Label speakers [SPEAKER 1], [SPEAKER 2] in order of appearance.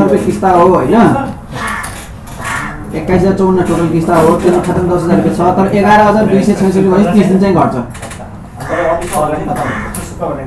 [SPEAKER 1] रुपियाँ किस्ता हो होइन एक्काइस हजार चौन्न टोटल किस्ता हो त्यसमा खातामा दस हजार रुपियाँ छ तर एघार हजार दुई सय छैसठी भयो तिस दिन चाहिँ घट्छ